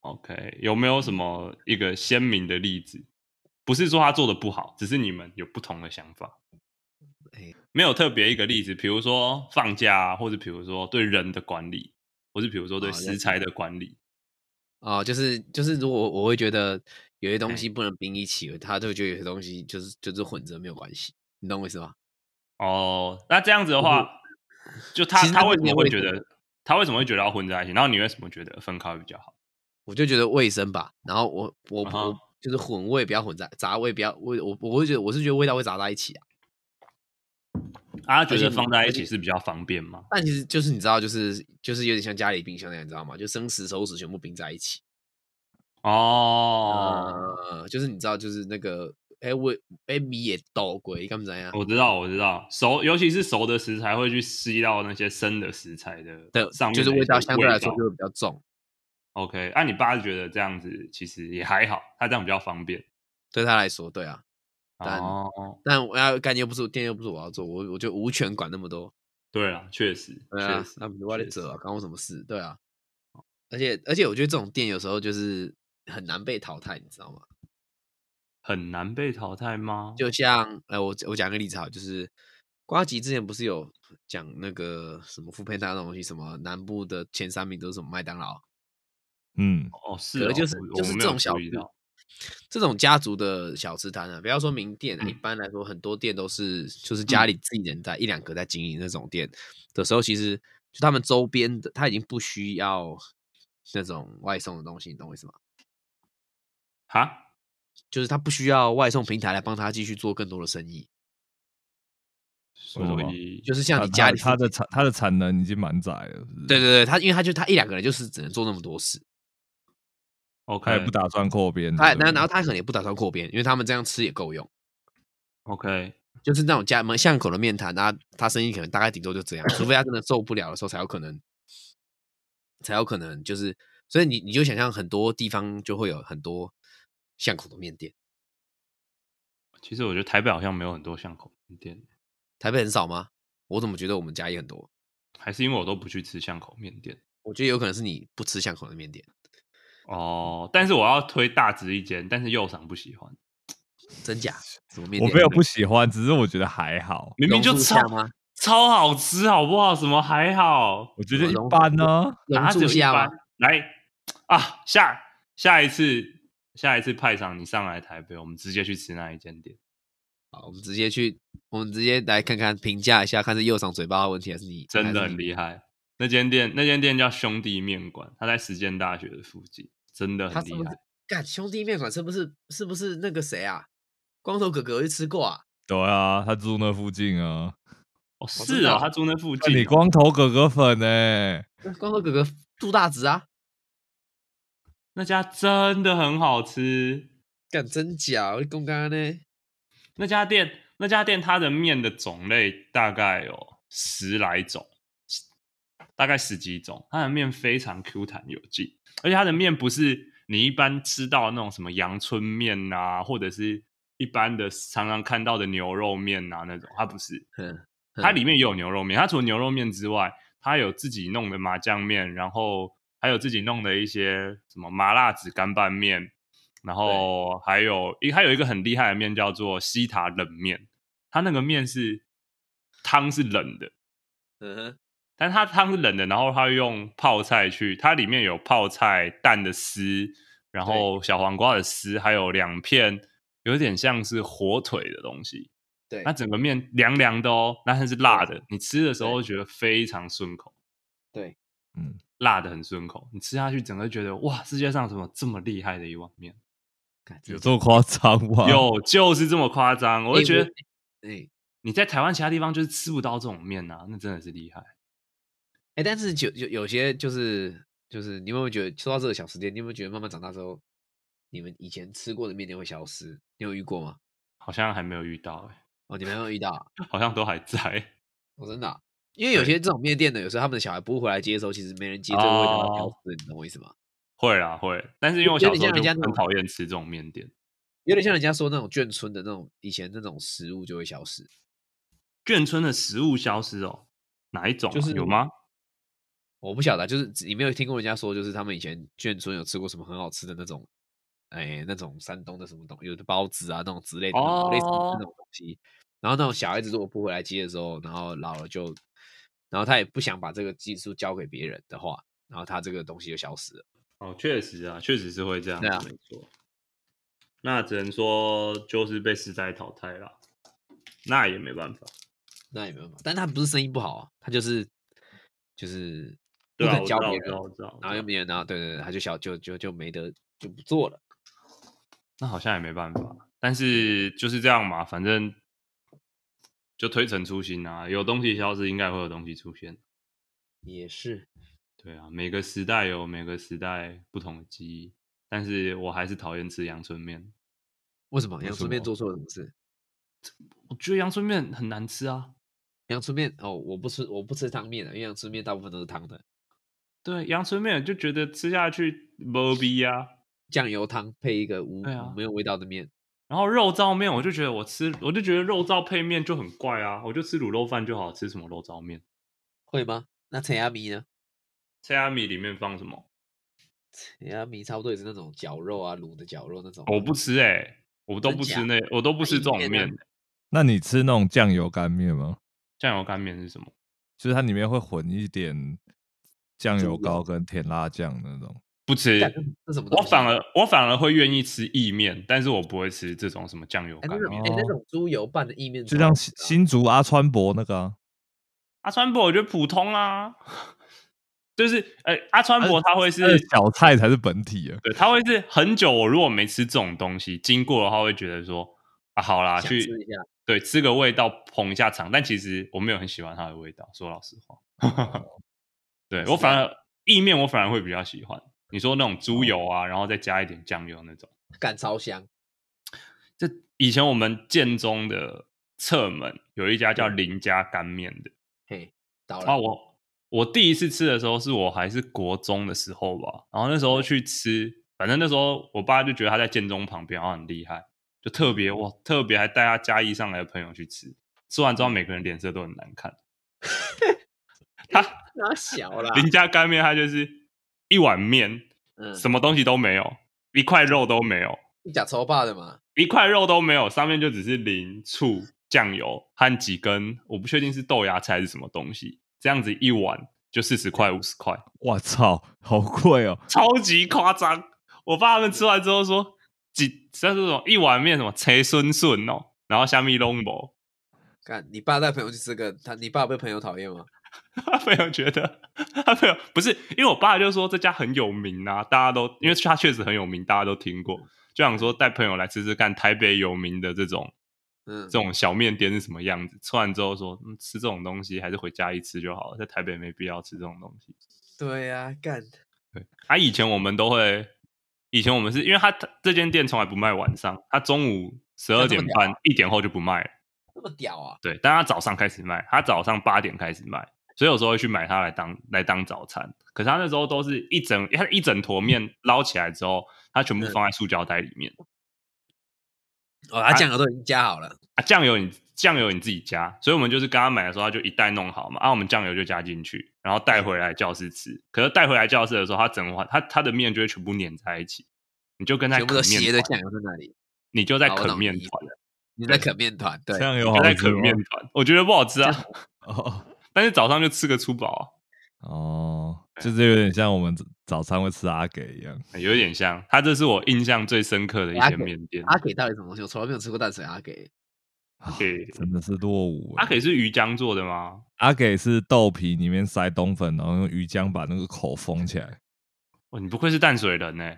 [SPEAKER 1] OK，有没有什么一个鲜明的例子？不是说他做的不好，只是你们有不同的想法
[SPEAKER 2] 哎。
[SPEAKER 1] 没有特别一个例子，比如说放假、啊，或者比如说对人的管理，或是比如说对
[SPEAKER 2] 哦了
[SPEAKER 1] 食
[SPEAKER 2] 解
[SPEAKER 1] 材的管理。
[SPEAKER 2] 哦，就是就是，如果我会觉得有些东
[SPEAKER 1] 哎
[SPEAKER 2] 西不能并一起，他就会觉得有些东西就是就是混着没有关系，你懂我意思吗？
[SPEAKER 1] 哦，那这样子的话，就他
[SPEAKER 2] 其实
[SPEAKER 1] 他
[SPEAKER 2] 他
[SPEAKER 1] 为
[SPEAKER 2] 会
[SPEAKER 1] 什么
[SPEAKER 2] 觉得为
[SPEAKER 1] 会觉
[SPEAKER 2] 什么
[SPEAKER 1] 得他为什么会觉得要混在一起？然后你为什么觉得分开会比较好？
[SPEAKER 2] 我就觉得卫生吧，然后我我、
[SPEAKER 1] 啊
[SPEAKER 2] 我
[SPEAKER 1] 哈
[SPEAKER 2] 就是混味不要混在杂味不要味，我我会觉得我是觉得味道会杂在一起啊。
[SPEAKER 1] 啊，觉
[SPEAKER 2] 而且
[SPEAKER 1] 得
[SPEAKER 2] 你
[SPEAKER 1] 放在一
[SPEAKER 2] 而
[SPEAKER 1] 起
[SPEAKER 2] 且
[SPEAKER 1] 是比较方便吗？
[SPEAKER 2] 但其实就是你知道，就是就是有点像家里冰箱那样，你知道吗？就生食熟食全部冰在一起。
[SPEAKER 1] 哦，
[SPEAKER 2] 呃，就是你知道，就是那个哎味哎米也倒过，你干怎样？
[SPEAKER 1] 我知道，我知道，熟尤其是熟的食材会去吸到那些生的食材的
[SPEAKER 2] 的
[SPEAKER 1] 上面
[SPEAKER 2] 就是
[SPEAKER 1] 的一
[SPEAKER 2] 味道
[SPEAKER 1] 些
[SPEAKER 2] 相对来说
[SPEAKER 1] 道
[SPEAKER 2] 就会比较重。
[SPEAKER 1] OK。啊，你爸是觉得这样子其实也还好，他这样比较方便。
[SPEAKER 2] 对他来说，对啊。但
[SPEAKER 1] 哦，
[SPEAKER 2] 但我要干又不是店又不是我要做，我我就无权管那么多。
[SPEAKER 1] 对了，确实，
[SPEAKER 2] 对
[SPEAKER 1] 确
[SPEAKER 2] 啊
[SPEAKER 1] 实，，
[SPEAKER 2] 那不是我的
[SPEAKER 1] 确
[SPEAKER 2] 责啊
[SPEAKER 1] 实，
[SPEAKER 2] 关我什么事？对啊。而且而且，我觉得这种店有时候就是很难被淘汰，你知道吗？
[SPEAKER 1] 很难被淘汰吗？
[SPEAKER 2] 就像呃，我我讲个例子哈，就是瓜吉之前不是有讲那个什么富佩那种东西，什么南部的前三名都是什么麦当劳，
[SPEAKER 3] 嗯，
[SPEAKER 1] 哦，是
[SPEAKER 2] 可
[SPEAKER 1] 哦，
[SPEAKER 2] 能就是
[SPEAKER 1] 我
[SPEAKER 2] 就
[SPEAKER 1] 我
[SPEAKER 2] 是
[SPEAKER 1] 没
[SPEAKER 2] 这
[SPEAKER 1] 有
[SPEAKER 2] 种小
[SPEAKER 1] 注意
[SPEAKER 2] 吃
[SPEAKER 1] 到
[SPEAKER 2] 这种家族的小吃摊啊，不要说名店
[SPEAKER 1] 嗯
[SPEAKER 2] 啊，一般来说很多店都是就是家里自己人在一两个在经营那种店的时候，其实就他们周边的他已经不需要那种外送的东西，你懂我意思吗？
[SPEAKER 1] 哈，
[SPEAKER 2] 就是他不需要外送平台来帮他继续做更多的生意，
[SPEAKER 3] 为什
[SPEAKER 1] 所
[SPEAKER 3] 么
[SPEAKER 1] 以
[SPEAKER 2] 就是
[SPEAKER 3] 他
[SPEAKER 2] 像你家里
[SPEAKER 3] 他他
[SPEAKER 2] 附
[SPEAKER 3] 的
[SPEAKER 2] 近
[SPEAKER 3] 产他的产能已经蛮窄了，是不是
[SPEAKER 2] 对对对，他因为他就他一两个人就是只能做那么多事，
[SPEAKER 3] 他也
[SPEAKER 1] OK
[SPEAKER 3] 不打算扩编。
[SPEAKER 2] 他
[SPEAKER 3] 对不
[SPEAKER 2] 那
[SPEAKER 3] 对
[SPEAKER 2] 然后他可能也不打算扩编，因为他们这样吃也够用。
[SPEAKER 1] OK，
[SPEAKER 2] 就是那种家门巷口的面摊，他他生意可能大概顶多就这样，除非他真的受不了的时候，才有可能，才有可能就是，所以你你就想象很多地方就会有很多巷口的面店，
[SPEAKER 1] 其实我觉得台北好像没有很多巷口店，
[SPEAKER 2] 台北很少吗？我怎么觉得我们家也很多？
[SPEAKER 1] 还是因为我都不去吃巷口面店
[SPEAKER 2] 我觉得有可能是你不吃巷口的面店，
[SPEAKER 1] 哦。但是我要推大直一间，但是右赏不喜欢，
[SPEAKER 2] 真假？什么面
[SPEAKER 3] 我
[SPEAKER 2] 店？
[SPEAKER 3] 没有不喜欢，只是我觉得还好。
[SPEAKER 1] 明明就
[SPEAKER 2] 榕树
[SPEAKER 1] 超
[SPEAKER 2] 下吗？
[SPEAKER 1] 超好吃，好不好？什么还好？
[SPEAKER 3] 我觉得
[SPEAKER 2] 我
[SPEAKER 3] 一
[SPEAKER 2] 容
[SPEAKER 3] 般啊呢。
[SPEAKER 2] 榕
[SPEAKER 1] 哪只
[SPEAKER 2] 树
[SPEAKER 1] 有一
[SPEAKER 2] 下
[SPEAKER 1] 般
[SPEAKER 2] 吗？
[SPEAKER 1] 来啊，下下一次下一次派场你上来台北，我们直接去吃那一间店。
[SPEAKER 2] 好，我们直接去，我们直接来看看评价一下，看是右上嘴巴的问题还是你
[SPEAKER 1] 真的
[SPEAKER 2] 还是
[SPEAKER 1] 很
[SPEAKER 2] 你
[SPEAKER 1] 厉害。那间店那间店叫兄弟面馆，它在实践大学的附近，真的
[SPEAKER 2] 他
[SPEAKER 1] 很
[SPEAKER 2] 是
[SPEAKER 1] 厉
[SPEAKER 2] 不是
[SPEAKER 1] 害。哦
[SPEAKER 2] 干兄弟面馆是不是是不是那个谁啊？光头哥哥有去吃过啊？
[SPEAKER 3] 对啊，他住那附近啊。
[SPEAKER 1] 哦，
[SPEAKER 2] 知
[SPEAKER 1] 是哦
[SPEAKER 2] 道，
[SPEAKER 1] 他住那附
[SPEAKER 3] 那
[SPEAKER 1] 近
[SPEAKER 3] 你
[SPEAKER 1] 哦。
[SPEAKER 3] 光头哥哥粉哎，
[SPEAKER 2] 呃光头哥哥杜大直啊？
[SPEAKER 1] 那家真的很好吃。
[SPEAKER 2] 干真假？我刚刚呢？
[SPEAKER 1] 那家店那家店它的面的种类大概有十来种，大概十几种。它的面非常 Q 弹有劲，而且它的面不是你一般吃到的那种什么阳春面啊，或者是一般的常常看到的牛肉面啊那种，它不是。
[SPEAKER 2] 哼，
[SPEAKER 1] 它
[SPEAKER 2] 嗯
[SPEAKER 1] 里面也有牛肉面，它除了牛肉面之外，它有自己弄的麻酱面，然后还有自己弄的一些什么麻辣子干拌面，然后还有一还有一个很厉害的面叫做西塔冷面，它那个面是汤是冷的，
[SPEAKER 2] 嗯哼，
[SPEAKER 1] 但它汤是冷的，然后它用泡菜去，它里面有泡菜、蛋的丝，然后小黄瓜的丝，还有两片有点像是火腿的东西。
[SPEAKER 2] 对，
[SPEAKER 1] 那整个面凉凉的哦，那它是辣的，你吃的时候觉得非常顺口，
[SPEAKER 2] 对，
[SPEAKER 3] 嗯，
[SPEAKER 1] 辣的很顺口，你吃下去整个觉得哇，世界上怎么这么厉害的一碗面？
[SPEAKER 2] 干
[SPEAKER 3] 有这么夸张吗？
[SPEAKER 1] 有就是这么夸张，我就觉得
[SPEAKER 2] 哎、哎
[SPEAKER 1] 你在台湾其他地方就是吃不到这种面啊，那真的是厉害。
[SPEAKER 2] 哎但是有有有些就是就是，你有没有觉得说到这个小吃店，你有没有觉得慢慢长大之后，你们以前吃过的面店会消失？你有遇过吗？
[SPEAKER 1] 好像还没有遇到、欸，
[SPEAKER 2] 哦，你没有遇到啊、
[SPEAKER 1] 好像都还在。
[SPEAKER 2] 我、真的啊、因为有
[SPEAKER 1] 对
[SPEAKER 2] 些这种面店的，有时候他们的小孩不回来接的时候，其实没人接，这个味道会消
[SPEAKER 1] 哦
[SPEAKER 2] 失，你懂我意思吗？
[SPEAKER 1] 会啊会，但是因为我
[SPEAKER 2] 有
[SPEAKER 1] 小
[SPEAKER 2] 点
[SPEAKER 1] 时候
[SPEAKER 2] 像
[SPEAKER 1] 就
[SPEAKER 2] 人家那
[SPEAKER 1] 很
[SPEAKER 2] 种
[SPEAKER 1] 讨厌吃这种面店，
[SPEAKER 2] 有点像人家说那种眷村的那种以前那种食物就会消失，
[SPEAKER 1] 眷村的食物消失哦，哪一种啊、
[SPEAKER 2] 就是
[SPEAKER 1] 有吗？
[SPEAKER 2] 我不晓得啊，就是你没有听过人家说，就是他们以前眷村有吃过什么很好吃的那种，哎，那种山东的什么东，有的包子啊那种之类的那种，类似
[SPEAKER 1] 哦
[SPEAKER 2] 那种东西。然后那种小孩子如果不回来接的时候，然后老了就，然后他也不想把这个技术交给别人的话，然后他这个东西就消失了。
[SPEAKER 1] 哦，确实啊，确实是会这样子，
[SPEAKER 2] 对啊
[SPEAKER 1] 没错。那只能说就是被时代淘汰了，那也没办法。
[SPEAKER 2] 那也没办法，但他不是生意不好啊，他就是就是不
[SPEAKER 1] 对啊，
[SPEAKER 2] 肯
[SPEAKER 1] 我知
[SPEAKER 2] 教
[SPEAKER 1] 道，
[SPEAKER 2] 别
[SPEAKER 1] 我知
[SPEAKER 2] 人
[SPEAKER 1] 道，，我知道。啊
[SPEAKER 2] 然后又没人，然后对对对，他就小就就就没得就不做了。
[SPEAKER 1] 那好像也没办法，但是就是这样嘛，反正就推陈出新啊，有东西消失，应该会有东西出现。
[SPEAKER 2] 也是，
[SPEAKER 1] 对啊，每个时代有每个时代不同的记忆，但是我还是讨厌吃阳春面。
[SPEAKER 2] 为什么
[SPEAKER 3] 为
[SPEAKER 2] 杨
[SPEAKER 3] 什
[SPEAKER 2] 春面
[SPEAKER 3] 么
[SPEAKER 2] 做错了什么事？
[SPEAKER 1] 我觉得阳春面很难吃啊。
[SPEAKER 2] 阳春面哦，我不吃，我不吃汤面的，因为阳春面大部分都是汤的，
[SPEAKER 1] 对，阳春面就觉得吃下去没逼啊。
[SPEAKER 2] 酱油汤配一个无、
[SPEAKER 1] 对啊
[SPEAKER 2] 没有味道的面，
[SPEAKER 1] 然后肉燥面，我就觉得我吃，我就觉得肉燥配面就很怪啊，我就吃卤肉饭就好，吃什么肉燥面？
[SPEAKER 2] 会吗？那陈亚米呢？
[SPEAKER 1] 菜阿米里面放什么？
[SPEAKER 2] 陈亚米差不多也是那种绞肉啊，卤的绞肉那种。
[SPEAKER 1] 我不吃哎、我都
[SPEAKER 2] 真
[SPEAKER 1] 不吃
[SPEAKER 2] 假
[SPEAKER 1] 那，我都不吃这种
[SPEAKER 2] 意面啊
[SPEAKER 1] 面
[SPEAKER 2] 呢。
[SPEAKER 3] [LAUGHS] 那你吃那种酱油干面吗？
[SPEAKER 1] 酱油干面是什么？
[SPEAKER 3] 就是它里面会混一点酱油
[SPEAKER 2] 猪
[SPEAKER 3] 膏
[SPEAKER 2] 油
[SPEAKER 3] 跟甜辣酱那种。
[SPEAKER 1] 不
[SPEAKER 2] 干
[SPEAKER 1] 吃。
[SPEAKER 2] 那什么东
[SPEAKER 1] 我
[SPEAKER 2] 西
[SPEAKER 1] 反而我反而会愿意吃意面，但是我不会吃这种什么酱油
[SPEAKER 2] 哎、
[SPEAKER 1] 干
[SPEAKER 2] 那种
[SPEAKER 1] 面。
[SPEAKER 2] 哎、那
[SPEAKER 3] 哦
[SPEAKER 2] 种猪油拌的意面
[SPEAKER 3] 就
[SPEAKER 2] 超
[SPEAKER 3] 像
[SPEAKER 2] 好
[SPEAKER 3] 新
[SPEAKER 2] 吃的啊，
[SPEAKER 3] 新竹阿川博那个、啊，
[SPEAKER 1] 阿川博我觉得普通啊，就是哎、阿川博他会是
[SPEAKER 3] 它的小菜才是本体啊。
[SPEAKER 1] 对，他会是很久。我如果没吃这种东西，经过的话会觉得说啊，好啦，
[SPEAKER 2] 想
[SPEAKER 1] 去
[SPEAKER 2] 吃一下
[SPEAKER 1] 对吃个味道捧一下场，但其实我没有很喜欢它的味道，说老实话。对
[SPEAKER 2] 是
[SPEAKER 1] 我反
[SPEAKER 2] 这
[SPEAKER 1] 而意面我反而会比较喜欢。你说那种猪油啊，然后再加一点酱油那种。
[SPEAKER 2] 干超香。
[SPEAKER 1] 这以前我们建中的侧门有一家叫林家干面的
[SPEAKER 2] 嘿，倒了，
[SPEAKER 1] 啊，我我第一次吃的时候是我还是国中的时候吧，然后那时
[SPEAKER 2] 嗯
[SPEAKER 1] 候去吃，反正那时候我爸就觉得他在建中旁边，然后很厉害，就特别我特别还带他嘉义上来的朋友去吃，吃完之后
[SPEAKER 2] 嗯
[SPEAKER 1] 每个人脸色都很难
[SPEAKER 2] [LAUGHS]
[SPEAKER 1] 看。他
[SPEAKER 2] 哪小啦？
[SPEAKER 1] 林家干面，他就是一碗面，
[SPEAKER 2] 嗯，
[SPEAKER 1] 什么东西都没有，一块肉都没有，
[SPEAKER 2] 假抽霸的嘛？
[SPEAKER 1] 一块肉都没有，上面就只是零醋、酱油和几根，我不确定是豆芽菜还是什么东西。这样子一碗就四十块、五十块，
[SPEAKER 3] 我操，好贵哦！
[SPEAKER 1] 超级夸张。我爸他们吃完之后说，几像这种一碗面什么切顺顺哦，然后虾米拢无，
[SPEAKER 2] 干，你爸带朋友去吃个，他你爸有被朋友讨厌吗？
[SPEAKER 1] [LAUGHS] 他朋友觉得他朋友不是，因为我爸就说这家很有名啊，大家都因为他确实很有名，大家都听过，就想说带朋友来吃吃看台北有名的这种
[SPEAKER 2] 嗯，
[SPEAKER 1] 这种小面店是什么样子。吃完之后说，嗯，吃这种东西还是回家一吃就好了，在台北没必要吃这种东西。
[SPEAKER 2] 对呀、啊，干，
[SPEAKER 1] 对，啊，以前我们都会，以前我们是因为他这间店从来不卖晚上，他中午十二
[SPEAKER 2] 这
[SPEAKER 1] 点
[SPEAKER 2] 么屌啊
[SPEAKER 1] 半一点后就不卖了，
[SPEAKER 2] 那么屌啊！
[SPEAKER 1] 对，但他早上开始卖，他早上八点开始卖，所以有时候会去买它来当来当早餐。可是他那时候都是一整他一整坨面捞起来之后，他全部
[SPEAKER 2] 嗯
[SPEAKER 1] 放在塑胶袋里面。
[SPEAKER 2] 哦，他酱油都已经加好了，
[SPEAKER 1] 啊，酱油你酱油你自己加，所以我们就是刚刚买的时候，他就一袋弄好嘛，啊，我们酱油就加进去，然后带回来教室吃。可是带回来教室的时候，它整碗它它的面就会全部粘在一起，你就跟在
[SPEAKER 2] 全部都
[SPEAKER 1] 啃面
[SPEAKER 2] 斜的酱
[SPEAKER 1] 团，
[SPEAKER 2] 油在那里，
[SPEAKER 1] 你就在
[SPEAKER 2] 啊我
[SPEAKER 1] 啃
[SPEAKER 2] 懂
[SPEAKER 1] 面
[SPEAKER 2] 你意思
[SPEAKER 1] 团，
[SPEAKER 2] 你在啃面团，对
[SPEAKER 3] 这，样有
[SPEAKER 1] 你
[SPEAKER 3] 好哦
[SPEAKER 1] 就在
[SPEAKER 3] 吃
[SPEAKER 1] 啃
[SPEAKER 3] 吗
[SPEAKER 1] 面团，我觉得不好吃啊，
[SPEAKER 3] 哦
[SPEAKER 1] 但是早上就吃个粗饱啊、
[SPEAKER 3] [LAUGHS] 哦，就是有点像我们早早餐会吃阿给一样。
[SPEAKER 1] 哎有点像，它这是我印象最深刻的一
[SPEAKER 2] 阿
[SPEAKER 1] 间
[SPEAKER 2] 给
[SPEAKER 1] 面店。
[SPEAKER 2] 阿给到底什么东西？我从来没有吃过淡水阿给，
[SPEAKER 3] 啊
[SPEAKER 1] 给
[SPEAKER 3] 真的是落伍欸。
[SPEAKER 1] 阿给是鱼浆做的吗？
[SPEAKER 3] 阿给是豆皮里面塞冬粉，然后用鱼浆把那个口封起来。
[SPEAKER 1] 哦，你不愧是淡水人欸呢、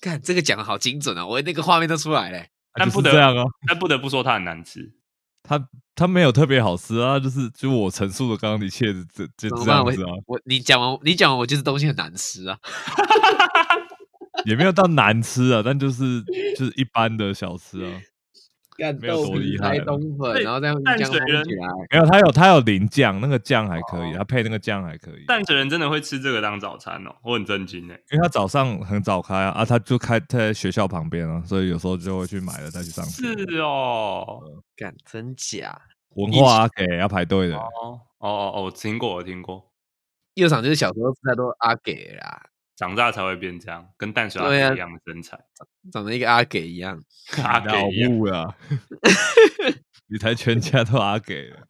[SPEAKER 2] 看这个讲的好精准啊，我那个画面都出来嘞。
[SPEAKER 3] 啊
[SPEAKER 1] 但
[SPEAKER 3] 就是
[SPEAKER 1] 不得
[SPEAKER 3] 这样啊，
[SPEAKER 1] 但不得不说它很难吃。
[SPEAKER 3] 它它没有特别好吃啊，就是就我陈述的刚刚一切这就
[SPEAKER 2] 怎
[SPEAKER 3] 就
[SPEAKER 2] 么
[SPEAKER 3] 这
[SPEAKER 2] 办？
[SPEAKER 3] 样
[SPEAKER 2] 哦我
[SPEAKER 3] 子啊，
[SPEAKER 2] 我你讲完你讲完，我就是东西很难吃啊。
[SPEAKER 3] 也没有到难吃啊，但就是就是一般的小吃啊。
[SPEAKER 2] 干
[SPEAKER 3] 没有
[SPEAKER 2] 豆
[SPEAKER 3] 多
[SPEAKER 2] 皮
[SPEAKER 3] 厉害
[SPEAKER 2] 塞
[SPEAKER 3] 了
[SPEAKER 2] 冬粉，
[SPEAKER 1] 对
[SPEAKER 2] 然后再用
[SPEAKER 1] 淡
[SPEAKER 2] 姜
[SPEAKER 1] 水人
[SPEAKER 2] 封起来。
[SPEAKER 3] 没有，它有它有淋酱，那个酱还可以，它配那个酱还可以。
[SPEAKER 1] 淡水人真的会吃这个当早餐哦，我很震惊呢、
[SPEAKER 3] 因为它早上很早开啊，啊，它就开在学校旁边啊，所以有时候就会去买了再去上学。
[SPEAKER 1] 是哦，
[SPEAKER 2] 干真假？
[SPEAKER 3] 文化阿给啊要排队的，
[SPEAKER 1] 哦哦哦哦，我听过，我听过，
[SPEAKER 2] 右场就是小时候吃太多阿给啦，
[SPEAKER 1] 长大才会变这样，跟淡水阿
[SPEAKER 2] 对啊
[SPEAKER 1] 给一样的身材，
[SPEAKER 2] 长得一个阿给一样。
[SPEAKER 1] 跟
[SPEAKER 3] [LAUGHS]
[SPEAKER 1] 阿
[SPEAKER 3] 脑
[SPEAKER 1] 给一样。
[SPEAKER 3] 雾啊！你才全家都阿给了，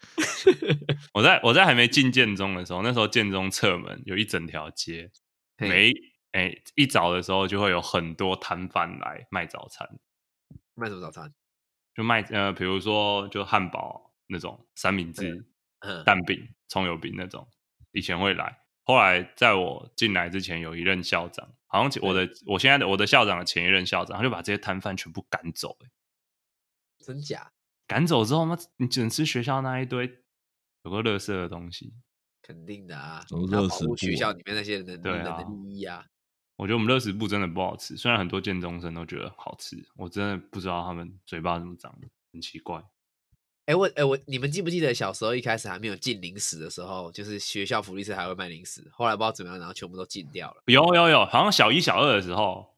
[SPEAKER 1] 我在我在还没进建中的时候，那时候建中侧门有一整条街，
[SPEAKER 2] 嘿
[SPEAKER 1] 每一哎、一早的时候就会有很多摊贩来卖早餐，
[SPEAKER 2] 卖什么早餐？
[SPEAKER 1] 就卖呃，比如说就汉堡那种三明治、
[SPEAKER 2] 嗯，
[SPEAKER 1] 蛋饼、葱油饼那种，以前会来。后来在我进来之前，有一任校长，好像我的我现在的我的校长的前一任校长，他就把这些摊贩全部赶走、欸
[SPEAKER 2] 真假？
[SPEAKER 1] 赶走之后嘛，你只能吃学校那一堆有个垃圾的东西。
[SPEAKER 2] 肯定的啊
[SPEAKER 3] 走，
[SPEAKER 2] 要
[SPEAKER 3] 热
[SPEAKER 2] 保
[SPEAKER 3] 食
[SPEAKER 2] 护学
[SPEAKER 3] 部
[SPEAKER 2] 校
[SPEAKER 3] 啊
[SPEAKER 2] 里面那些人的
[SPEAKER 1] 对
[SPEAKER 2] 人
[SPEAKER 1] 啊
[SPEAKER 2] 的利益啊。
[SPEAKER 1] 我觉得我们乐食部真的不好吃，虽然很多建中生都觉得好吃，我真的不知道他们嘴巴怎么长的，很奇怪。
[SPEAKER 2] 哎，我哎我，你们记不记得小时候一开始还没有进零食的时候，就是学校福利社还会卖零食，后来不知道怎么样，然后全部都禁掉了。
[SPEAKER 1] 有有有，好像小一小二的时候，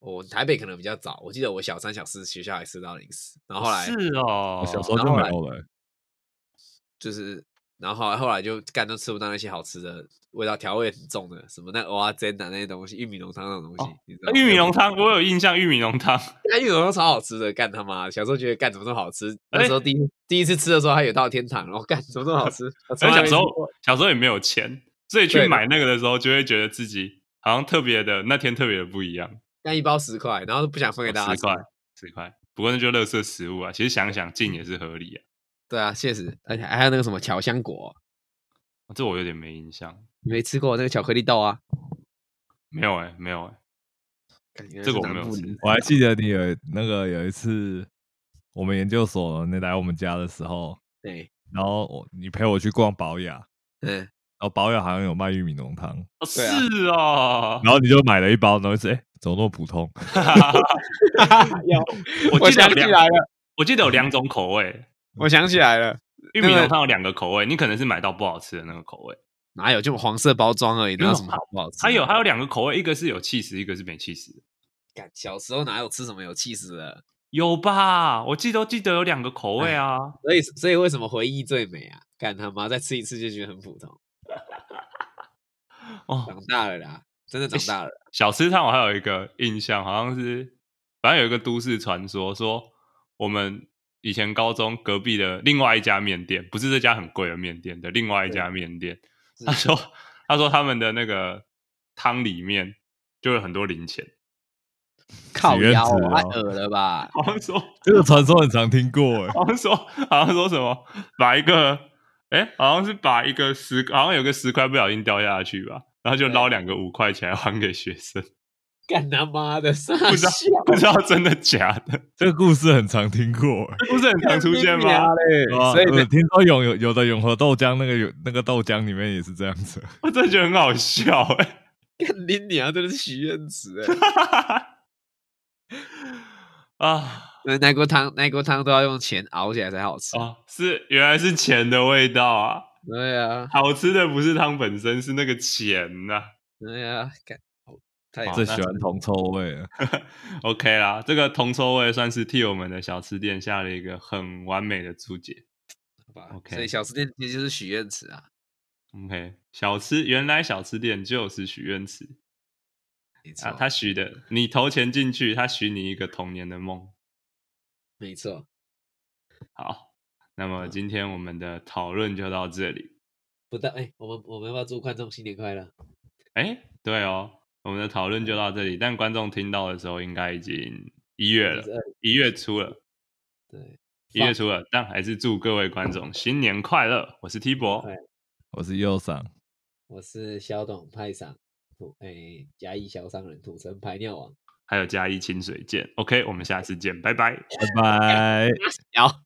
[SPEAKER 2] 我台北可能比较早，我记得我小三、小四学校还吃到零食，然后后来
[SPEAKER 1] 是哦，
[SPEAKER 3] 我小时候就
[SPEAKER 2] 然后
[SPEAKER 3] 没
[SPEAKER 2] 来
[SPEAKER 3] 有了欸。
[SPEAKER 2] 就是，然后后来后来就干都吃不到那些好吃的，味道调味很重的，什么那蚵仔煎啊那些东西，玉米浓汤那种东西，你知道吗
[SPEAKER 1] 哦啊玉米浓，汤，我有印象，玉米浓汤。
[SPEAKER 2] 那玉米浓汤超好吃的，干他妈！小时候觉得干怎么这么好吃，那
[SPEAKER 1] 哎
[SPEAKER 2] 时候第一、第一次吃的时候还有到天堂，然后干怎么这么好
[SPEAKER 1] [LAUGHS]
[SPEAKER 2] 吃，我从
[SPEAKER 1] 而
[SPEAKER 2] 来
[SPEAKER 1] 小
[SPEAKER 2] 没
[SPEAKER 1] 时
[SPEAKER 2] 吃
[SPEAKER 1] 候
[SPEAKER 2] 过
[SPEAKER 1] 小时候也没有钱，所以
[SPEAKER 2] 对
[SPEAKER 1] 去
[SPEAKER 2] 的
[SPEAKER 1] 买那个的时候，就会觉得自己好像特别的那天特别的不一样。
[SPEAKER 2] 干一包十块，然后不想分给大家
[SPEAKER 1] 哦十
[SPEAKER 2] 吃，
[SPEAKER 1] 块，十块，不过那就垃圾食物啊。其实想想进也是合理啊，
[SPEAKER 2] 对啊，确实，而且还有那个什么巧香果，
[SPEAKER 1] 这我有点没印象。
[SPEAKER 2] 你没吃过那个巧克力豆啊？
[SPEAKER 1] 没有哎、没有哎、
[SPEAKER 2] 干原来是
[SPEAKER 1] 这个我
[SPEAKER 2] 南
[SPEAKER 1] 没有
[SPEAKER 2] 部
[SPEAKER 1] 吃
[SPEAKER 2] 零食
[SPEAKER 3] 我还记得你有那个有一次，我们研究所你来我们家的时候，
[SPEAKER 2] 对，
[SPEAKER 3] 然后我你陪我去逛宝雅，然
[SPEAKER 2] 嗯，
[SPEAKER 3] 后宝雅好像有卖玉米浓汤，
[SPEAKER 1] 哦
[SPEAKER 2] 对啊
[SPEAKER 1] 是
[SPEAKER 2] [LAUGHS]
[SPEAKER 1] 哦，
[SPEAKER 3] 然后你就买了一包，然后是哎、怎么那么普通？
[SPEAKER 2] 有
[SPEAKER 1] 我记得
[SPEAKER 2] 想
[SPEAKER 1] [LAUGHS] 有
[SPEAKER 2] 起
[SPEAKER 1] 两
[SPEAKER 2] 来了，
[SPEAKER 1] 我记得有两种口味，
[SPEAKER 2] 我想起来了，
[SPEAKER 1] 玉米浓汤有两个口味，你可能是买到不好吃的那个口味。
[SPEAKER 2] 哪有就黄色包装而已，哪有
[SPEAKER 1] 有
[SPEAKER 2] 什么好不好吃的？
[SPEAKER 1] 还有还有两个口味，一个是有气势，一个是没气势。
[SPEAKER 2] 干小时候哪有吃什么有气死的？
[SPEAKER 1] 有吧？我记得记得有两个口
[SPEAKER 2] 哎
[SPEAKER 1] 味啊。
[SPEAKER 2] 所以所以为什么回忆最美啊？干他妈再吃一次就觉得很普通。
[SPEAKER 1] 哦，
[SPEAKER 2] 长大了啦，真的长大了。
[SPEAKER 1] 小吃摊我还有一个印象，好像是反正有一个都市传说，说我们以前高中隔壁的另外一家面店，不是这家很贵的面店的另外一家面店，
[SPEAKER 2] 是
[SPEAKER 1] 他说他说他们的那个汤里面就有很多零钱，
[SPEAKER 2] 靠
[SPEAKER 3] 许愿
[SPEAKER 2] 腰、
[SPEAKER 3] 池
[SPEAKER 2] 哦，
[SPEAKER 3] 哦
[SPEAKER 2] 太恶了吧？
[SPEAKER 1] 好像说
[SPEAKER 3] 这个传说很常听过哎、
[SPEAKER 1] 好像说好像说什么把一个哎、好像是把一个十好像有个十块不小心掉下去吧，然后就
[SPEAKER 2] 对
[SPEAKER 1] 捞两个五块钱来还给学生，
[SPEAKER 2] [LAUGHS] 干他妈的，傻
[SPEAKER 1] 不知道
[SPEAKER 2] 笑
[SPEAKER 1] 不知道真的假
[SPEAKER 2] [LAUGHS]
[SPEAKER 1] 的，
[SPEAKER 3] 这个故事很常听过、欸。
[SPEAKER 1] 这不是很常出现
[SPEAKER 2] 干你娘
[SPEAKER 1] 吗？哦
[SPEAKER 2] 嘞
[SPEAKER 3] 啊
[SPEAKER 2] 所以
[SPEAKER 3] 我
[SPEAKER 2] 呢，
[SPEAKER 3] 听说永有有的永和豆浆那个有那个豆浆里面也是这样子，
[SPEAKER 1] [LAUGHS] 我真的觉得很好笑哎、
[SPEAKER 2] 干你娘真的是许愿
[SPEAKER 1] [LAUGHS]
[SPEAKER 2] 池哎、
[SPEAKER 1] 啊
[SPEAKER 2] 那奶锅汤，奶锅汤都要用钱熬起来才好吃。
[SPEAKER 1] 哦，是原来是钱的味道啊！
[SPEAKER 2] 对啊，
[SPEAKER 1] 好吃的不是汤本身，是那个钱呐、
[SPEAKER 2] 对啊，干，哦太
[SPEAKER 1] 好
[SPEAKER 3] 最
[SPEAKER 1] 这
[SPEAKER 3] 喜欢铜臭味了。
[SPEAKER 1] OK 啦，这个铜臭味算是替我们的小吃店下了一个很完美的注解。
[SPEAKER 2] 吧
[SPEAKER 1] OK
[SPEAKER 2] 所以小吃店其实就是许愿池啊。
[SPEAKER 1] OK，小吃原来小吃店就是许愿池。
[SPEAKER 2] 没错，
[SPEAKER 1] 啊，他许的，你投钱进去，他许你一个童年的梦。
[SPEAKER 2] 没错，
[SPEAKER 1] 好，那么今天我们的讨论就到这里。
[SPEAKER 2] 不但哎、我们我们要不要祝观众新年快乐？
[SPEAKER 1] 哎，对哦，我们的讨论就到这里，但观众听到的时候应该已经一月了
[SPEAKER 2] 就是，二
[SPEAKER 1] 一月初了，
[SPEAKER 2] 对，
[SPEAKER 1] 一月初了，但还是祝各位观众新年快乐。我是 T 博，
[SPEAKER 2] 快
[SPEAKER 3] 我是右上，
[SPEAKER 2] 我是小董派赏土哎嘉义小商人土城排尿王，
[SPEAKER 1] 还有加一清水见。OK，我们下次见，拜拜。
[SPEAKER 3] 拜拜。
[SPEAKER 2] 好。